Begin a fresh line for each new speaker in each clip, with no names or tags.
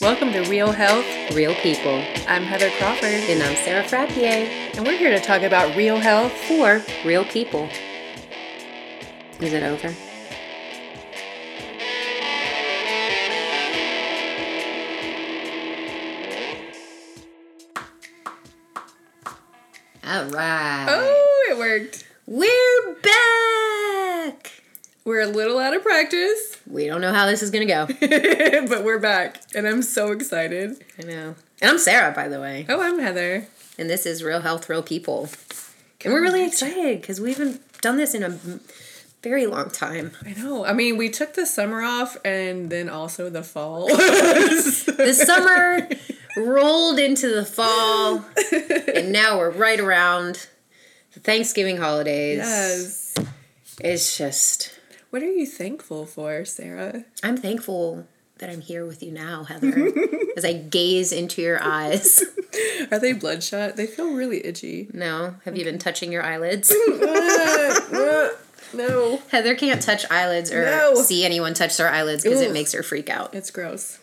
Welcome to Real Health.
Real people.
I'm Heather Crawford,
And I'm Sarah Frappier.
and we're here to talk about real health for.
Real people. Is it over? All right.
Oh, it worked.
We're back.
We're a little out of practice,
We don't know how this is going to go.
but we're back, and I'm so excited.
I know. And I'm Sarah, by the way.
Oh, I'm Heather.
And this is Real Health, Real People. And we're really excited because we haven't done this in a m- very long time.
I know. I mean, we took the summer off and then also the fall.
the summer rolled into the fall, and now we're right around the Thanksgiving holidays.
yes.
It's just,
What are you thankful for, Sarah?
I'm thankful that I'm here with you now, Heather, as I gaze into your eyes.
Are they bloodshot? They feel really itchy.
No, have you been touching your eyelids?
No.
Heather can't touch eyelids or
No.
see anyone touch their eyelids because
Ooh.
it makes her freak out,
It's gross.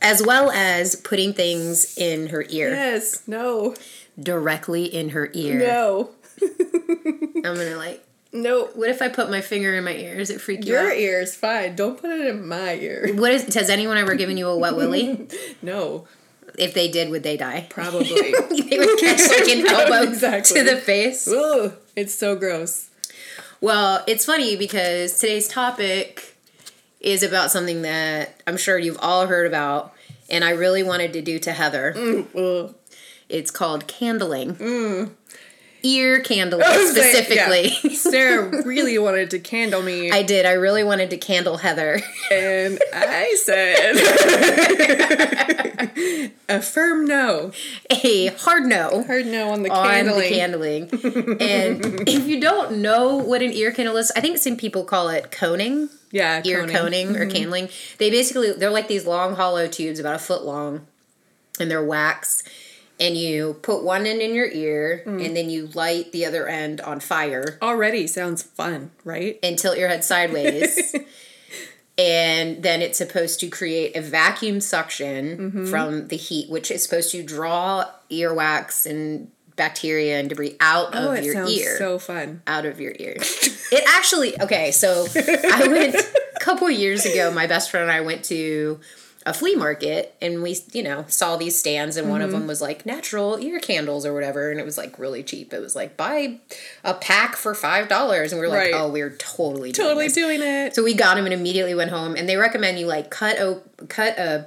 as well as putting things in her ear,
Yes. No.
directly in her ear.
No.
I'm gonna like.
No.
What if I put my finger in my ear? Does it freak you
Your
out?
ear's fine. Don't put it in my ear.
What is, has anyone ever given you a wet willy?
No,
if they did, would they die?
probably.
they would catch like an
Probably,
elbow
exactly.
to the face.
Ugh, it's so gross.
Well, it's funny because today's topic is about something that I'm sure you've all heard about, and I really wanted to do to Heather.
Ugh.
It's called candling. Ear
Mm.
candling
I was like,
specifically.
yeah. Sarah really wanted to candle me,
I did. I really wanted to candle Heather.
and I said a firm no.
a hard no.
Hard no on the
on
candling.
the candling. and if you don't know what an ear candle is, I think some people call it coning,
yeah,
ear coning, or
Mm-hmm.
candling. They basically they're like these long hollow tubes about a foot long, and they're wax. And you put one end in your ear,
Mm.
and then you light the other end on fire
Already sounds fun, right?
and tilt your head sideways. and then it's supposed to create a vacuum suction
Mm-hmm.
from the heat, which is supposed to draw earwax and bacteria and debris out
Oh,
of
it
your
sounds
ear
so fun.
out of your ear. It actually okay. So I went a couple years ago. My best friend and I went to a flea market, and we you know saw these stands, and one of
Mm-hmm.
them was like natural ear candles or whatever, and it was like really cheap. It was like buy a pack for five dollars, and we were like,
Right.
oh, we're totally doing
Totally
this.
doing it.
So we got them and immediately went home, and they recommend you like cut a cut a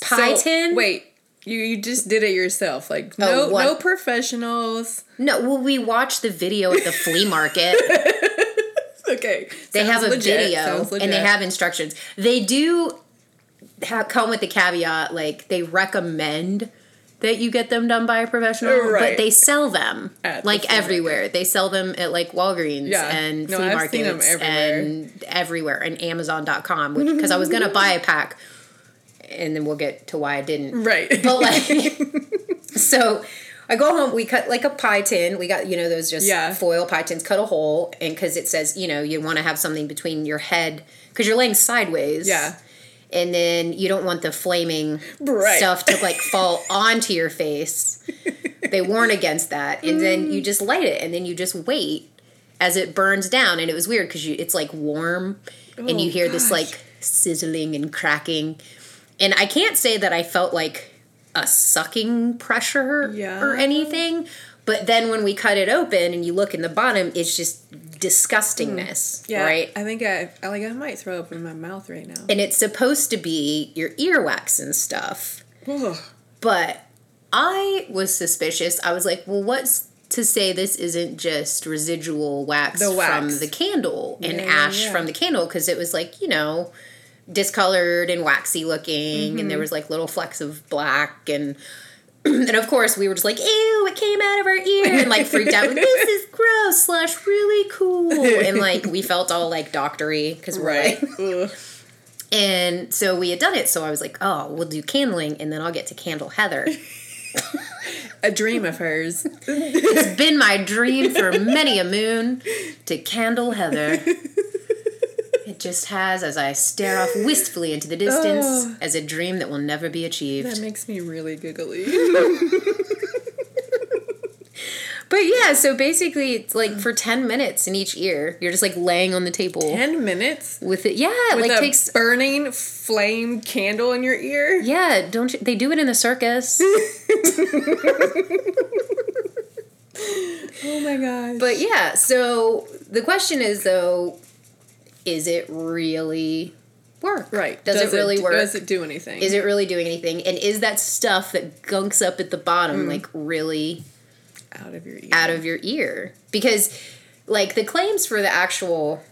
pie
So,
tin.
Wait, you you just did it yourself. Like
Oh,
no
what?
no professionals.
No, well, we watched the video at the flea market.
Okay,
They
sounds
have a
legit,
video
sounds
and they
legit.
have instructions. They do ha come with the caveat like they recommend that you get them done by a professional,
Right.
but they sell them
At the
like
flea
everywhere. They sell them at like Walgreens
Yeah.
and
No,
flea
I've
markets
seen 'em everywhere.
and everywhere and Amazon.com because I was gonna buy a pack, and then we'll get to why I didn't
right.
but like so i go home we cut like a pie tin we got you know those just
Yeah.
foil pie tins cut a hole and because it says you know you want to have something between your head because you're laying sideways
Yeah.
and then you don't want the flaming
Right.
stuff to like fall onto your face they warn against that and then
Mm.
you just light it and then you just wait as it burns down and it was weird because it's like warm and you
Oh,
hear this
gosh.
like sizzling and cracking and I can't say that I felt like a sucking pressure
Yeah.
or anything. But then when we cut it open and you look in the bottom, it's just disgustingness,
Mm. Yeah,
right?
I think I, I like I might throw up in my mouth right now.
And it's supposed to be your earwax and stuff.
Ugh.
But I was suspicious. I was like, well, what's to say this isn't just residual wax,
The wax.
from the candle and
Yeah,
ash
yeah.
from the candle? Because it was like, you know, discolored and waxy looking, and there
Mm-hmm.
was like little flecks of black and. And of course, we were just like, "Ew! It came out of our ear!" and like freaked out. Like, this is gross slash really cool, and like we felt all like doctory because we're like,
Right. Ugh.
and so we had done it. So I was like, "Oh, we'll do candling, and then I'll get to candle Heather."
A dream of hers.
It's been my dream for many a moon to candle Heather. And just has as I stare off wistfully into the distance
Oh.
as a dream that will never be achieved.
That makes me really giggly.
But yeah, so basically, it's like for 10 minutes in each ear, you're just like laying on the table
Ten minutes
with it. Yeah,
with a
like takes.
burning flame candle in your ear.
Yeah, don't you? They do it in the circus.
Oh my gosh.
but yeah, so the question is though, is it really work?
right.
Does, it really work?
Does it do anything?
is it really doing anything? And is that stuff that gunks up at the bottom
Mm.
like really
out of your ear?
out of your ear? Because like the claims for the actual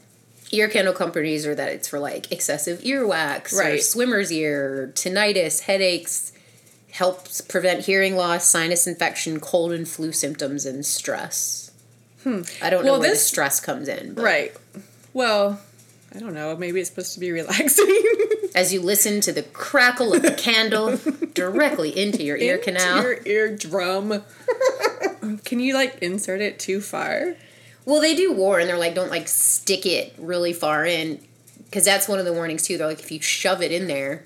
ear candle companies are that it's for like excessive earwax or
Right.
swimmer's ear, or tinnitus, headaches, helps prevent hearing loss, sinus infection, cold and flu symptoms, and stress. I don't know
Hmm. Well,
where the
this-
stress comes in. But
Right. Well, I don't know. Maybe it's supposed to be relaxing.
As you listen to the crackle of the candle directly into your ear
Into
canal.
Your eardrum. Can you like insert it too far?
Well, they do warn. They're like, don't like stick it really far in, because that's one of the warnings too. They're like, if you shove it in there,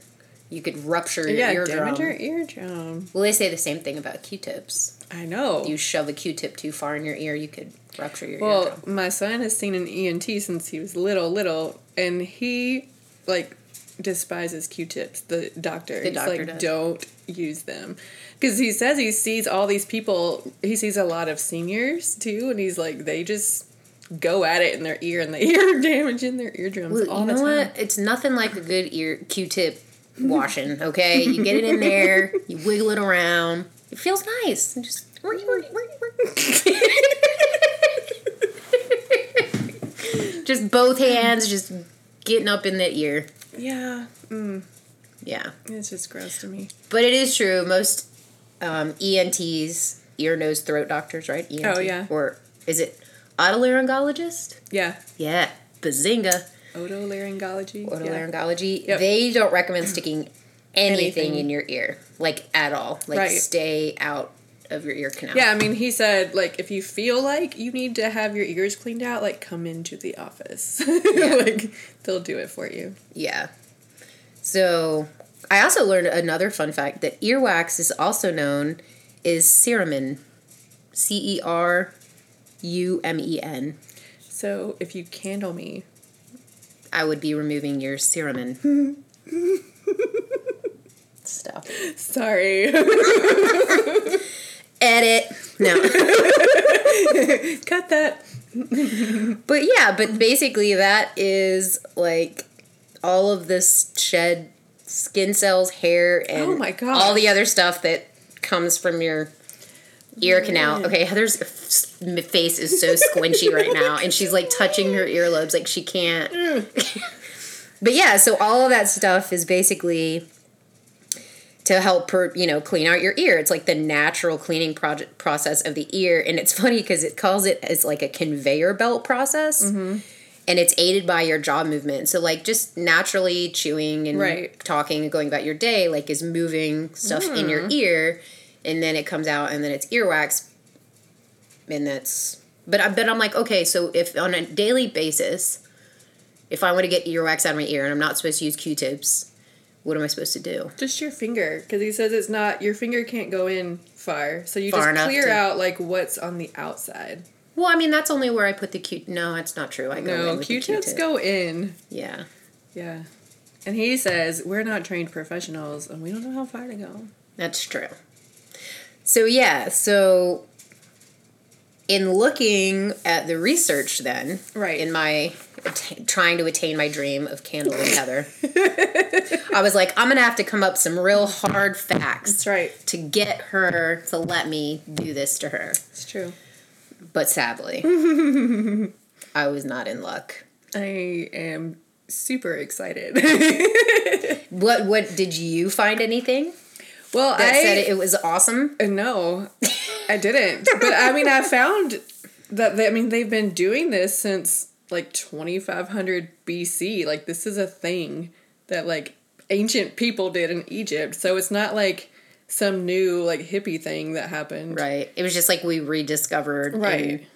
you could rupture your
yeah,
eardrum.
damage your eardrum.
Well, they say the same thing about Q-tips.
I know.
You shove a Q-tip too far in your ear, you could rupture your
well,
eardrum.
my son has seen an ENT since he was little, little, and he like despises Q-tips. The doctor,
The
He's
doctor
like,
does.
don't use them, because he says he sees all these people. He sees a lot of seniors too, and he's like, they just go at it in their ear, and they ear damage in their eardrums
Well,
all
you
the
know
time.
what? It's nothing like a good ear Q-tip washing. Okay, you get it in there, you wiggle it around. It feels nice. And just. Just both hands, just getting up in the ear.
Yeah, mm,
Yeah.
it's just gross to me.
But it is true. Most um, ENTs, ear, nose, throat doctors, right? ENT.
Oh, yeah.
Or is it otolaryngologist?
Yeah,
Yeah. Bazinga.
otolaryngology. yeah.
Otolaryngology.
Yep.
They don't recommend sticking anything,
Anything.
in your ear, like at all. Like
Right.
stay out of your ear canal.
Yeah, I mean, he said like if you feel like you need to have your ears cleaned out, like come into the office. like they'll do it for you.
Yeah. So I also learned another fun fact that earwax is also known is cerumen. C E R U M E N.
So if you candle me,
I would be removing your cerumen. Stuff.
sorry,
Edit. No.
cut that.
But yeah, but basically that is like all of this shed skin cells, hair, and
Oh my gosh.
all the other stuff that comes from your ear canal. Okay, Heather's f- s- face is so squinchy right now, and she's like touching her earlobes like she can't. but yeah, so all of that stuff is basically to help per, you know clean out your ear. It's like the natural cleaning project process of the ear, and it's funny because it calls it as like a conveyor belt process. And it's aided by your jaw movement. So, like, just naturally chewing and
Right.
talking and going about your day, like, is moving stuff in your ear, and then it comes out, and then it's earwax, and that's. But I bet I'm like, okay, so if on a daily basis, if I want to get earwax out of my ear and I'm not supposed to use Q-tips, what am I supposed to do?
Just your finger, because he says it's not your finger can't go in far, so you
Far
just
enough
clear
to-
out like what's on the outside.
Well, I mean, that's only where I put the Q. No, that's not true. I go in
No,
with the
Q-tips
Q-tip.
go in.
Yeah,
Yeah, and he says we're not trained professionals, and we don't know how far to go.
that's true. So yeah, so in looking at the research, then
Right.
in my atta- trying to attain my dream of candle and heather, I was like, I'm gonna have to come up some real hard facts
That's right.
to get her to let me do this to her.
It's true.
But sadly, I was not in luck.
I am super excited.
What what did you find anything
well,
that
I
said it was awesome?
Uh, No, I didn't. But I mean, I found that they, I mean they've been doing this since like 2500 BC. Like this is a thing that like ancient people did in Egypt. So it's not like some new like hippie thing that happened.
Right. It was just like we rediscovered an
Right.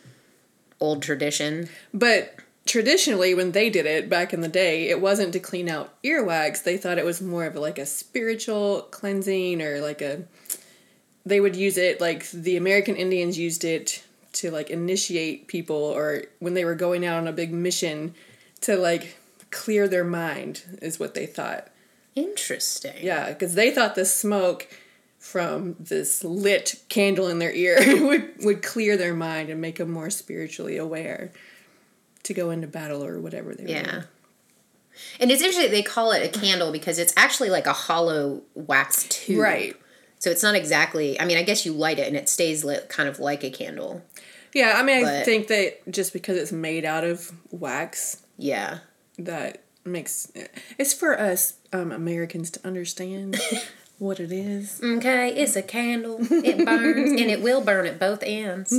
old tradition.
But traditionally when they did it back in the day it wasn't to clean out earwax they thought it was more of like a spiritual cleansing or like a they would use it like the american indians used it to like initiate people or when they were going out on a big mission to like clear their mind is what they thought
Interesting.
yeah because they thought the smoke from this lit candle in their ear would, would clear their mind and make them more spiritually aware to go into battle or whatever they were
Yeah.
doing.
And it's interesting that they call it a candle because it's actually like a hollow wax tube.
Right.
So it's not exactly, I mean, I guess you light it and it stays lit kind of like a candle.
Yeah, I mean, I
But-
think that just because it's made out of wax,
Yeah.
that makes it's for us um, Americans to understand what it is.
Okay, it's a candle. It burns and it will burn at both ends.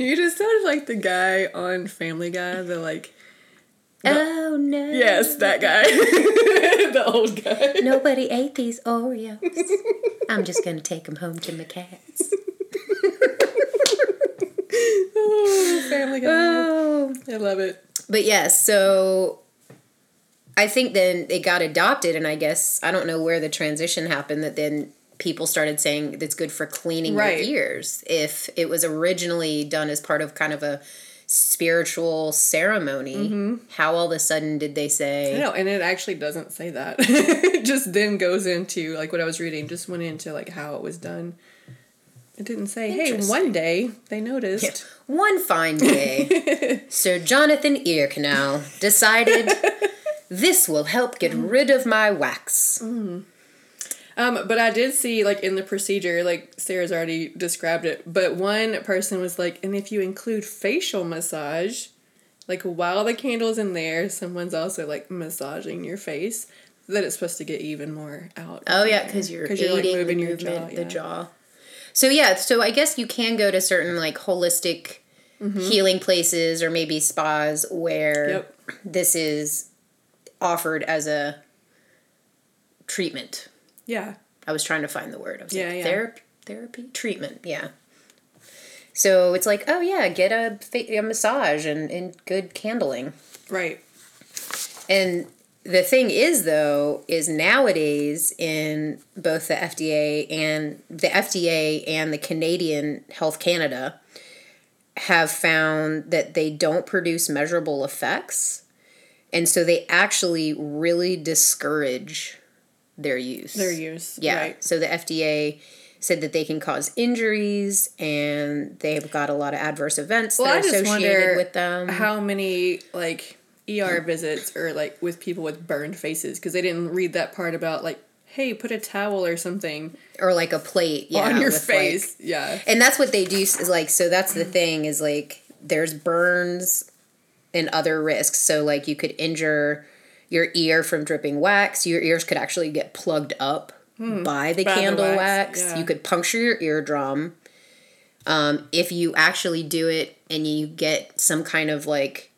You just sound like the guy on Family Guy, the like,
Oh no.
yes, that guy, the old guy.
Nobody ate these Oreos. I'm just going to take them home to my cats.
Oh, family Guy.
Oh.
I love it.
But yes, so I think then it got adopted, and I guess I don't know where the transition happened that then people started saying that's good for cleaning
Right.
your ears. If it was originally done as part of kind of a spiritual ceremony, how all of a sudden did they
I
say,
know, and it actually doesn't say that. it just then goes into like what I was reading, just went into like how it was done. It didn't say, hey, one day they noticed.
one fine day, Sir Jonathan Ear Canal decided this will help get
Mm-hmm.
rid of my wax?
Um, but I did see like in the procedure, like Sarah's already described it, but one person was like, and if you include facial massage, like while the candle's in there, someone's also like massaging your face, that it's supposed to get even more out.
Oh yeah, because you're,
'Cause you're,
aiding
like, moving
the
your
movement,
jaw,
the
yeah.
jaw. So yeah, so I guess you can go to certain like holistic healing places or maybe spas where
Mm-hmm. Yep.
this is offered as a treatment.
Yeah.
I was trying to find the word. I was
Yeah,
like
yeah.
therapy, therapy, treatment. Yeah. So it's like, oh yeah, get a, fa- a massage and, and good candling.
Right.
And the thing is, though, is nowadays in both the FDA and the FDA and the Canadian Health Canada have found that they don't produce measurable effects. And so they actually really discourage their use.
Their use.
Yeah.
Right.
So the FDA said that they can cause injuries and they've got a lot of adverse events
Well,
that
I
are
just wonder
associated with them.
how many like ER visits or like with people with burned faces because they didn't read that part about like, hey, put a towel or something
or like a plate yeah,
on your
with, like,
face. yeah.
and that's what they do is like so that's the thing is like there's burns and other risks so like you could injure your ear from dripping wax your ears could actually get plugged up by the
Hmm. By the
candle
wax,
wax,
yeah.
you could puncture your eardrum um, if you actually do it and you get some kind of like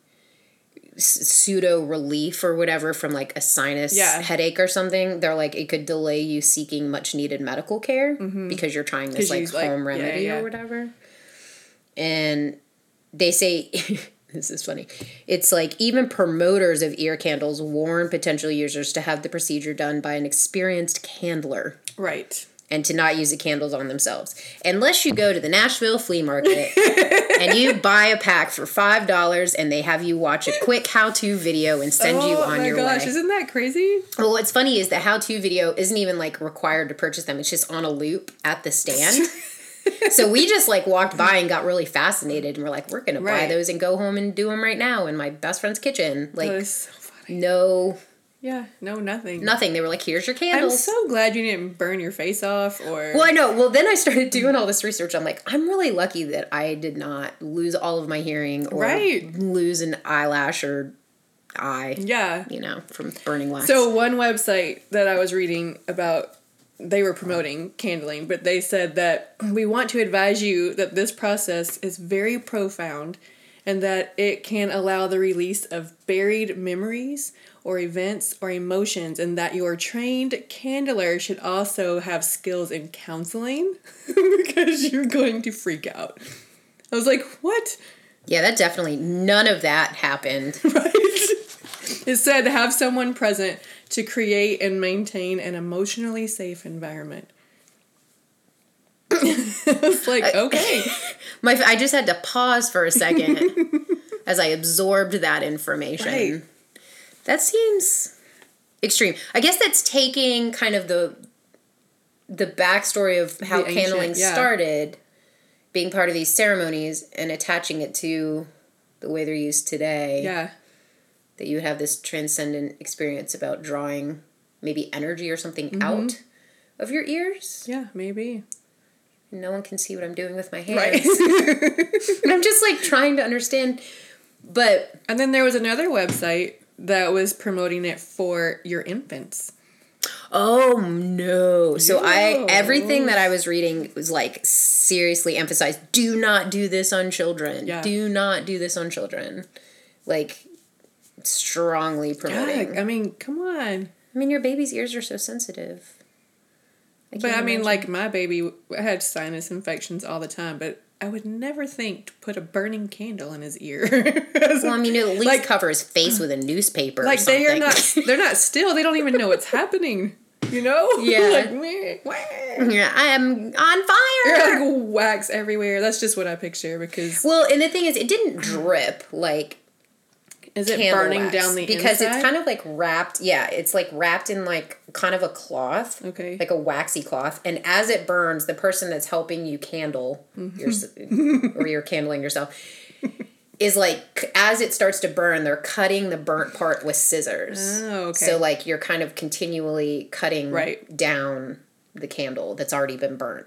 pseudo relief or whatever from like a sinus
Yeah.
headache or something they're like it could delay you seeking much needed medical care
Mm-hmm.
because you're trying this
'Cause you,
like
like-
home
yeah, yeah,
remedy
yeah.
or whatever and they say this is funny it's like even promoters of ear candles warn potential users to have the procedure done by an experienced candler
Right.
and to not use the candles on themselves. Unless you go to the Nashville flea market and you buy a pack for five dollars and they have you watch a quick how-to video and send you
oh
on
my
your
gosh,
way.
isn't that crazy?
well, what's funny is the how-to video isn't even like required to purchase them. It's just on a loop at the stand. so we just like walked by and got really fascinated and we're like, we're gonna
Right.
buy those and go home and do them right now in my best friend's kitchen. Like
That is so funny.
no
Yeah, no, nothing.
nothing. They were like, here's your
I'm
candles.
so glad you didn't burn your face off or.
Well, I know. Well, then I started doing all this research. I'm like, I'm really lucky that I did not lose all of my hearing or
Right.
lose an eyelash or eye,
Yeah.
you know, from burning wax.
So, one website that I was reading about, they were promoting candling, but they said that we want to advise you that this process is very profound and that it can allow the release of buried memories or events or emotions, and that your trained candler should also have skills in counseling because you're going to freak out. I was like, what?
Yeah, that definitely none of that happened.
Right? It said have someone present to create and maintain an emotionally safe environment. it's like, okay.
My I just had to pause for a second as I absorbed that information.
Right.
That seems extreme. I guess that's taking kind of the the backstory of how
The ancient-
candling
yeah.
started, being part of these ceremonies and attaching it to the way they're used today.
Yeah.
That you would have this transcendent experience about drawing maybe energy or something
Mm-hmm.
out of your ears.
Yeah, maybe.
No one can see what I'm doing with my hands.
Right.
And I'm just like trying to understand. But
and then there was another website that was promoting it for your infants.
oh no. So I
No.
everything that I was reading was like seriously emphasized do not do this on children.
Yeah.
Do not do this on children. Like strongly promoting.
God, I mean, come on.
I mean your baby's ears are so sensitive.
But I
can't
mean,
imagine.
like my baby had sinus infections all the time, but I would never think to put a burning candle in his ear.
well, I mean at least
like-
cover his face with a newspaper.
like
or
they are
something.
not they're not still they don't even know what's happening you know
Yeah.
like meh, wah.
Yeah, I am on fire.
They're like wax everywhere that's just what i picture because
Well, and the thing is, it didn't drip like
is it
candle
burning
wax,
down the
because it's
kind
kind of like wrapped. Yeah, it's like wrapped in like kind of a cloth.
Okay.
Like a waxy cloth, and as it burns, the person that's helping you candle
Mm-hmm.
your s- or you're candling yourself is like c- as it starts to burn, they're cutting the burnt part with scissors.
Oh, okay.
So like you're kind of continually cutting
Right.
down the candle that's already been burnt.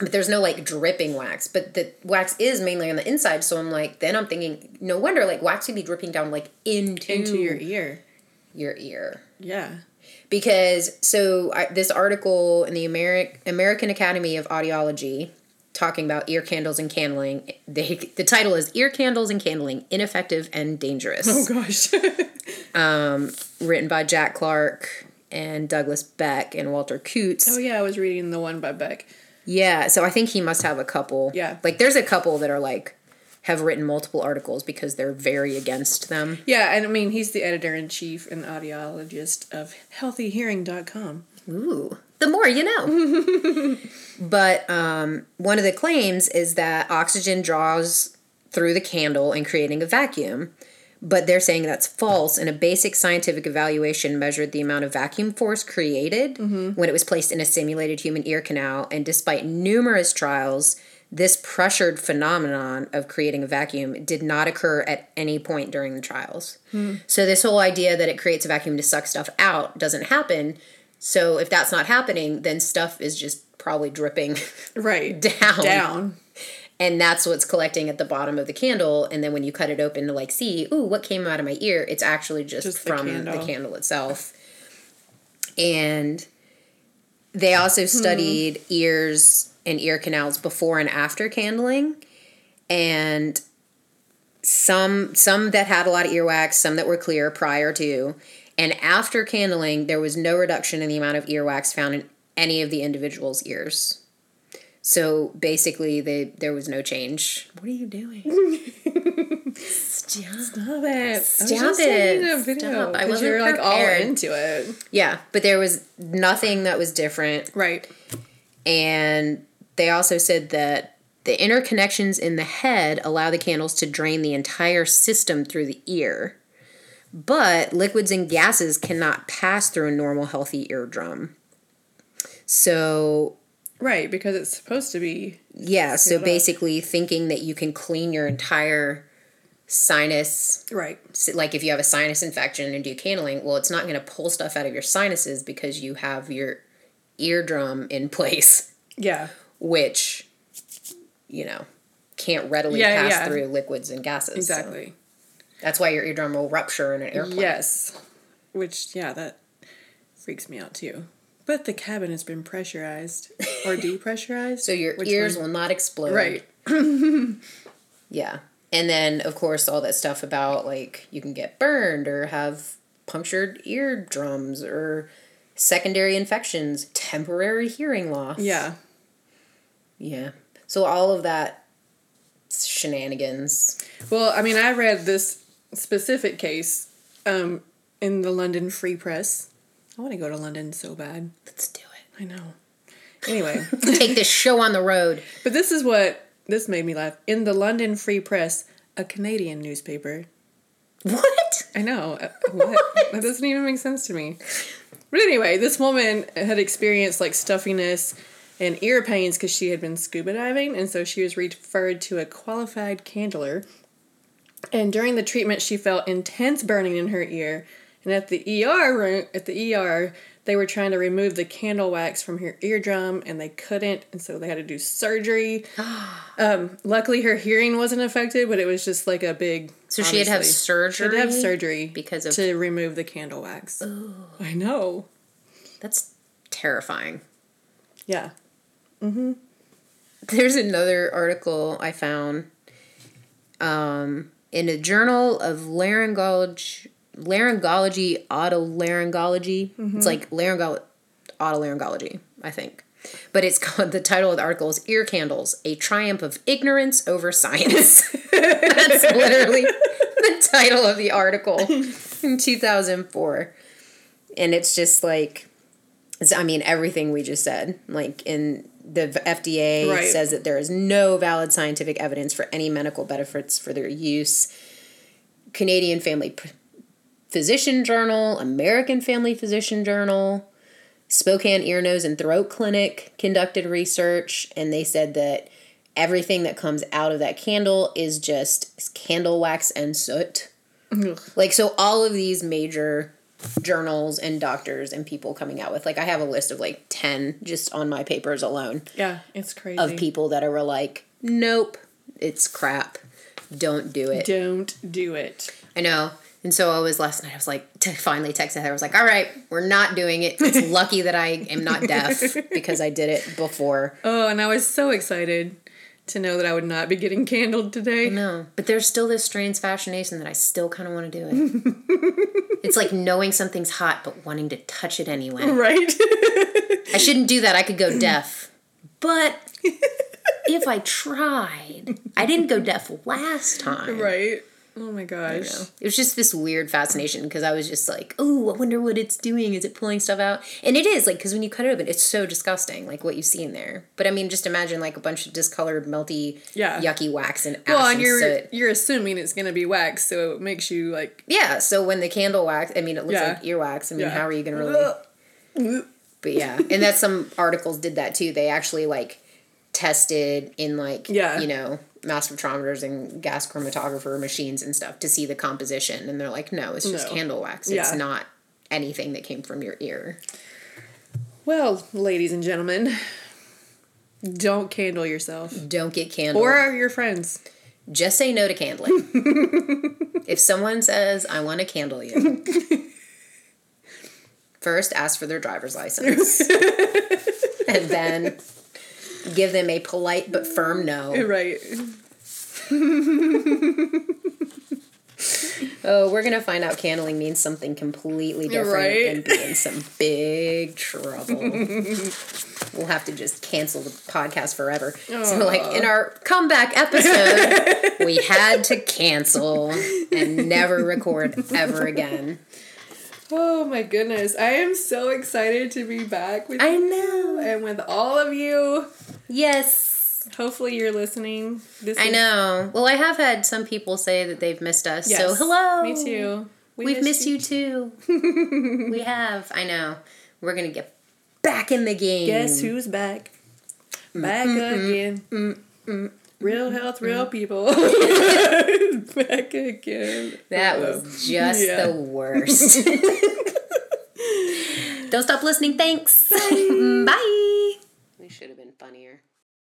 But there's no like dripping wax, but the wax is mainly on the inside. So I'm like, then I'm thinking, no wonder like wax would be dripping down like into,
into your ear
your ear.
yeah
Because so I, this article in the Ameri- American Academy of Audiology talking about ear candles and candling, they, the title is Ear Candles and Candling Ineffective and Dangerous
oh gosh
written by Jack Clark and Douglas Beck and Walter Coots.
oh yeah i was reading the one by beck
Yeah, so I think he must have a couple.
Yeah.
Like there's a couple that are like have written multiple articles because they're very against them.
yeah and i mean he's the editor-in-chief and audiologist of healthyhearing.com
Ooh. The more you know. but um, one of the claims is that oxygen draws through the candle and creating a vacuum. But they're saying that's false. And a basic scientific evaluation measured the amount of vacuum force created when it was placed in a simulated human ear canal. And despite numerous trials, this pressured phenomenon of creating a vacuum did not occur at any point during the trials. So, this whole idea that it creates a vacuum to suck stuff out doesn't happen. So, if that's not happening, then stuff is just probably dripping
right
Down.
down
and that's what's collecting at the bottom of the candle and then when you cut it open to like see ooh what came out of my ear it's actually just,
Just the
from the candle.
candle.
itself and they
Hmm.
also studied ears and ear canals before and after candling and some some that had a lot of earwax some that were clear prior to and after candling there was no reduction in the amount of earwax found in any of the individual's ears so basically, they there was no change. What are you doing? Stop.
Love it. Stop
Stop it.
a video
Stop. I
'cause
wasn't
you're like all
prepared.
into it.
Yeah, but there was nothing that was different.
Right.
And they also said that the interconnections in the head allow the candles to drain the entire system through the ear. But liquids and gases cannot pass through a normal healthy eardrum. So
Right, because it's supposed to be
Yeah, so
up.
basically thinking that you can clean your entire sinus
right.
s- like if you have a sinus infection and do candling, well it's not going to pull stuff out of your sinuses because you have your eardrum in place
Yeah.
which you know can't readily
Yeah,
pass
yeah.
through liquids and gases. so
Exactly. Mm-hmm.
that's why your eardrum will rupture in an airplane.
Yes. Which yeah, that freaks me out too. But the cabin has been pressurized or depressurized.
So your
Which
ears
one?
will not explode.
Right.
Yeah. And then, of course, all that stuff about like you can get burned or have punctured eardrums or secondary infections, temporary hearing loss.
Yeah.
Yeah. So, all of that shenanigans.
Well, I mean, I read this specific case um, in the London Free Press. I want to go to London so bad.
Let's do it.
I know. Anyway,
Take this show on the road.
but this is what this made me laugh. In the London Free Press, a Canadian newspaper.
What?
I know. uh, What? That doesn't even make sense to me. But anyway, this woman had experienced like stuffiness and ear pains because she had been scuba diving, and so she was referred to a qualified candler. And during the treatment, she felt intense burning in her ear, and at the ER room, at the ER, they were trying to remove the candle wax from her eardrum, and they couldn't, and so they had to do surgery. um, luckily, her hearing wasn't affected, but it was just like a big.
So she had to have
She had to have
surgery?
surgery
Because of-
to remove the candle wax. I know.
That's terrifying.
Yeah.
There's another article I found um, in a journal of laryngology, laryngology, otolaryngology. It's like laryngolo- otolaryngology, I think. But it's called the title of the article is "Ear Candles: A Triumph of Ignorance Over Science." That's literally the title of the article in 2004, and it's just like it's- I mean, everything we just said, like in the v- FDA
Right.
says that there is no valid scientific evidence for any medical benefits for their use. Canadian Family P- Physician Journal, American Family Physician Journal, Spokane Ear, Nose, and Throat Clinic conducted research, and they said that everything that comes out of that candle is just candle wax and soot.
Ugh.
Like, so all of these major journals and doctors and people coming out with, like, I have a list of like 10 just on my papers alone
Yeah, it's crazy.
of people that are like, nope, it's crap. Don't do it.
Don't do it.
I know. And so I was last night, I was like, t- finally texted her. I was like, all right, we're not doing it. It's lucky that I am not deaf because I did it before.
Oh, and I was so excited to know that I would not be getting candled today.
No, but there's still this strange fascination that I still kind of want to do it. it's like knowing something's hot but wanting to touch it anyway.
Right?
I shouldn't do that. I could go deaf. But if I tried, I didn't go deaf last time.
right. Oh my gosh.
It was just this weird fascination because I was just like, oh, I wonder what it's doing. Is it pulling stuff out? And it is, like, because when you cut it open, it's so disgusting, like what you see in there. But I mean, just imagine like a bunch of discolored, melty,
Yeah.
yucky wax and ash
Well, and
and
you're
soot.
you're assuming it's gonna be wax, so it makes you like
Yeah, so when the candle wax, I mean, it looks
Yeah.
like earwax. I mean,
yeah.
how are you going to really. But yeah, and that's some articles did that too. They actually like tested in like
Yeah.
you know mass spectrometers and gas chromatographer machines and stuff to see the composition, and they're like, no, it's just
No.
candle wax. It's
Yeah.
not anything that came from your ear.
Well, ladies and gentlemen, don't candle yourself.
Don't get candle.
Or
Or
are your friends.
just say no to candling. if someone says, "I want to candle you," first ask for their driver's license, and then give them a polite but firm no.
Right.
Oh, we're gonna find out candling means something completely different
Right.
and be in some big trouble. we'll have to just cancel the podcast forever. So, like in our comeback episode, we had to cancel and never record ever again.
Oh my goodness. I am so excited to be back with
I
you
know.
and with all of you.
Yes.
Hopefully you're listening. This
I
is-
know. Well, I have had some people say that they've missed us.
Yes.
So hello.
Me too. We
We've missed you too. we have. I know. We're gonna get back in the game.
Guess who's back? Back again. Real health, real people. back again.
That was just
Yeah.
the worst. Don't stop listening. Thanks. Mm, Bye.